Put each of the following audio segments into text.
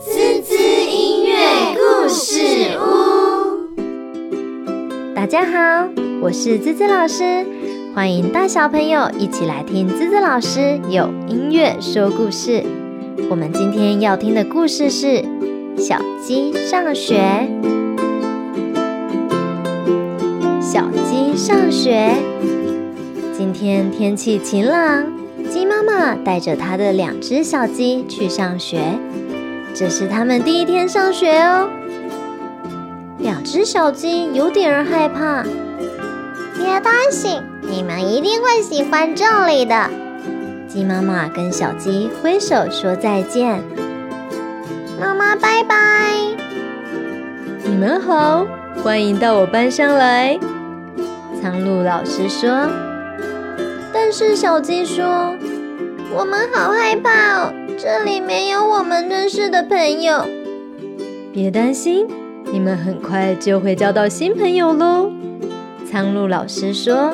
滋滋音乐故事屋，大家好，我是滋滋老师，欢迎大小朋友一起来听滋滋老师有音乐说故事。我们今天要听的故事是《小鸡上学》。小鸡上学，今天天气晴朗，鸡妈妈带着它的两只小鸡去上学。这是他们第一天上学哦。两只小鸡有点儿害怕，别担心，你们一定会喜欢这里的。鸡妈妈跟小鸡挥手说再见。妈妈，拜拜。你们好，欢迎到我班上来。苍鹭老师说。但是小鸡说，我们好害怕哦，这里没有我们认识的朋友。别担心，你们很快就会交到新朋友喽。苍鹭老师说。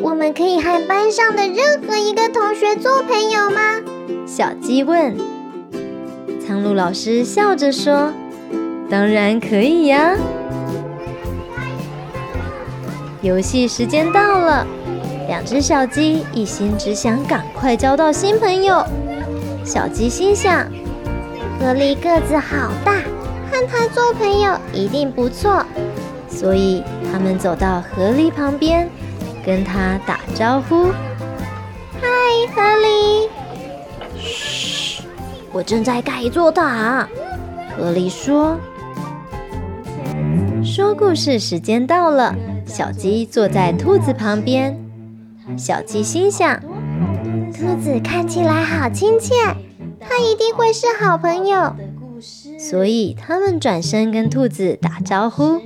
我们可以和班上的任何一个同学做朋友吗？小鸡问。苍鹭老师笑着说：“当然可以呀、游戏时间到了，两只小鸡一心只想赶快交到新朋友。小鸡心想：格力个子好大，和他做朋友一定不错。所以他们走到河狸旁边，跟它打招呼。嗨，河狸，我正在盖一座塔，河狸说。说故事时间到了，小鸡坐在兔子旁边。小鸡心想，兔子看起来好亲切，它一定会是好朋友。所以他们转身跟兔子打招呼。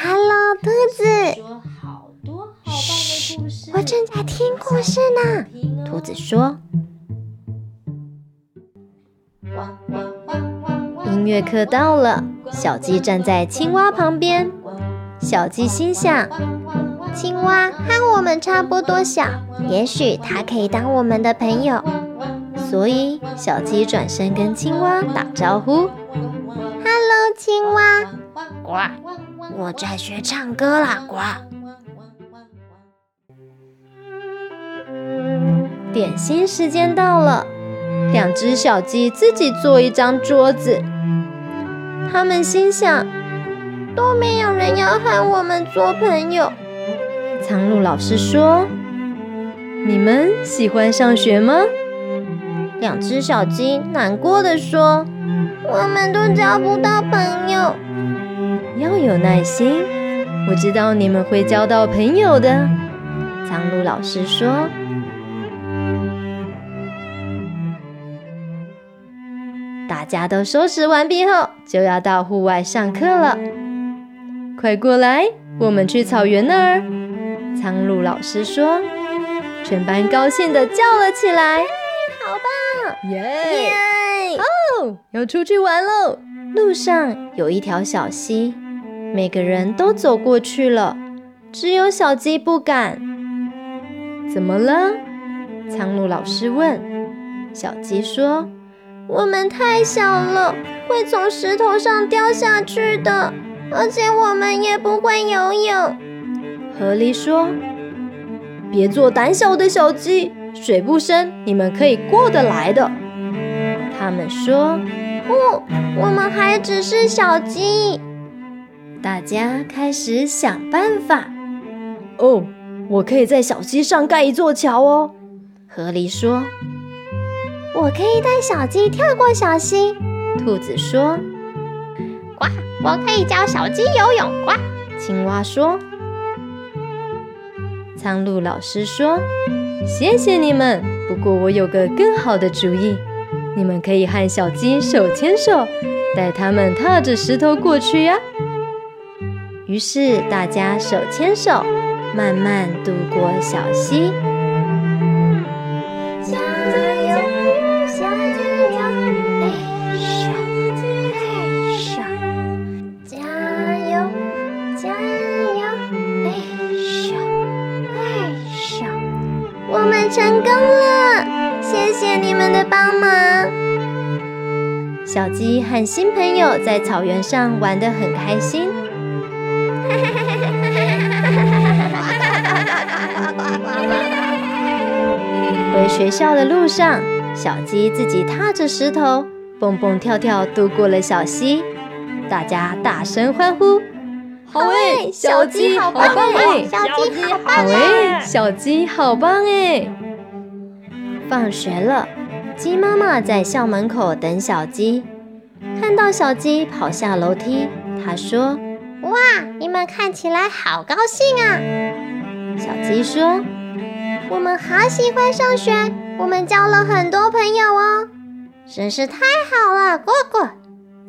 Hello，兔子，有好多好棒的故事我正在听故事呢。听兔子说，汪汪汪汪汪音乐课到了，小鸡站在青蛙旁边。小鸡心想，汪汪汪青蛙和我们差不多小，也许它可以当我们的朋友。汪汪所以小鸡转身跟青蛙打招呼。汪汪 Hello，青蛙，汪呱汪汪汪我在学唱歌啦，呱。点心时间到了，两只小鸡自己做一张桌子。他们心想，都没有人要和我们做朋友。苍鹭老师说：“你们喜欢上学吗？”两只小鸡难过的说我们都交不到朋友。：“要有耐心，我知道你们会交到朋友的。”苍鹭老师说。大家都收拾完毕后，就要到户外上课了。快过来，我们去草原那儿。苍鹭老师说，全班高兴的叫了起来。好棒！耶、耶！要出去玩喽！路上有一条小溪，每个人都走过去了，只有小鸡不敢。怎么了？苍鹭老师问。小鸡说我们太小了，会从石头上掉下去的，而且我们也不会游泳。：“河狸说，别做胆小的小鸡，水不深，你们可以过得来的。”他们说。哦我们还只是小鸡。大家开始想办法。哦，我可以在小溪上盖一座桥哦。河狸说，我可以带小鸡跳过小溪，兔子说，我可以教小鸡游泳。呱！青蛙说，苍鹭老师说，谢谢你们。不过我有个更好的主意，你们可以和小鸡手牵手，带它们踏着石头过去呀、于是大家手牵手，慢慢渡过小溪。小鸡游泳，小鸡游泳，哎咻，哎咻，加油，加油，哎咻，哎咻，我们成成功了！谢谢你们的帮忙。小鸡和新朋友在草原上玩得很开 心。回学校的路上，小鸡自己踏着石头，蹦蹦跳跳渡过了小溪，大家大声欢呼。好哎，小鸡好棒哎！小鸡好棒好哎，哎！小鸡好棒哎！放学了，鸡妈妈在校门口等小鸡，看到小鸡跑下楼梯，她说哇，你们看起来好高兴啊！：“小鸡说，我们好喜欢上学，我们交了很多朋友哦，真是太好了，蝈蝈。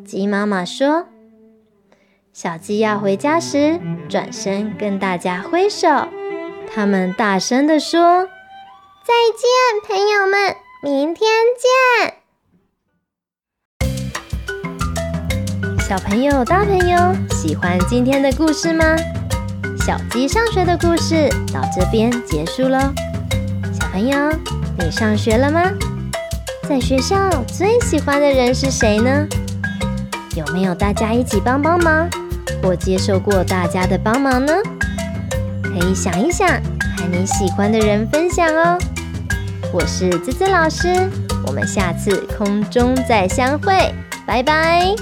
鸡妈妈说。”小鸡要回家时，转身跟大家挥手。他们大声地说再见，朋友们，明天见。：“小朋友、大朋友，喜欢今天的故事吗？”小鸡上学的故事到这边结束喽。小朋友，你上学了吗？在学校最喜欢的人是谁呢？有没有大家一起帮帮忙，或接受过大家的帮忙呢？可以想一想，和你喜欢的人分享哦。我是滋滋老师，我们下次空中再相会，拜拜。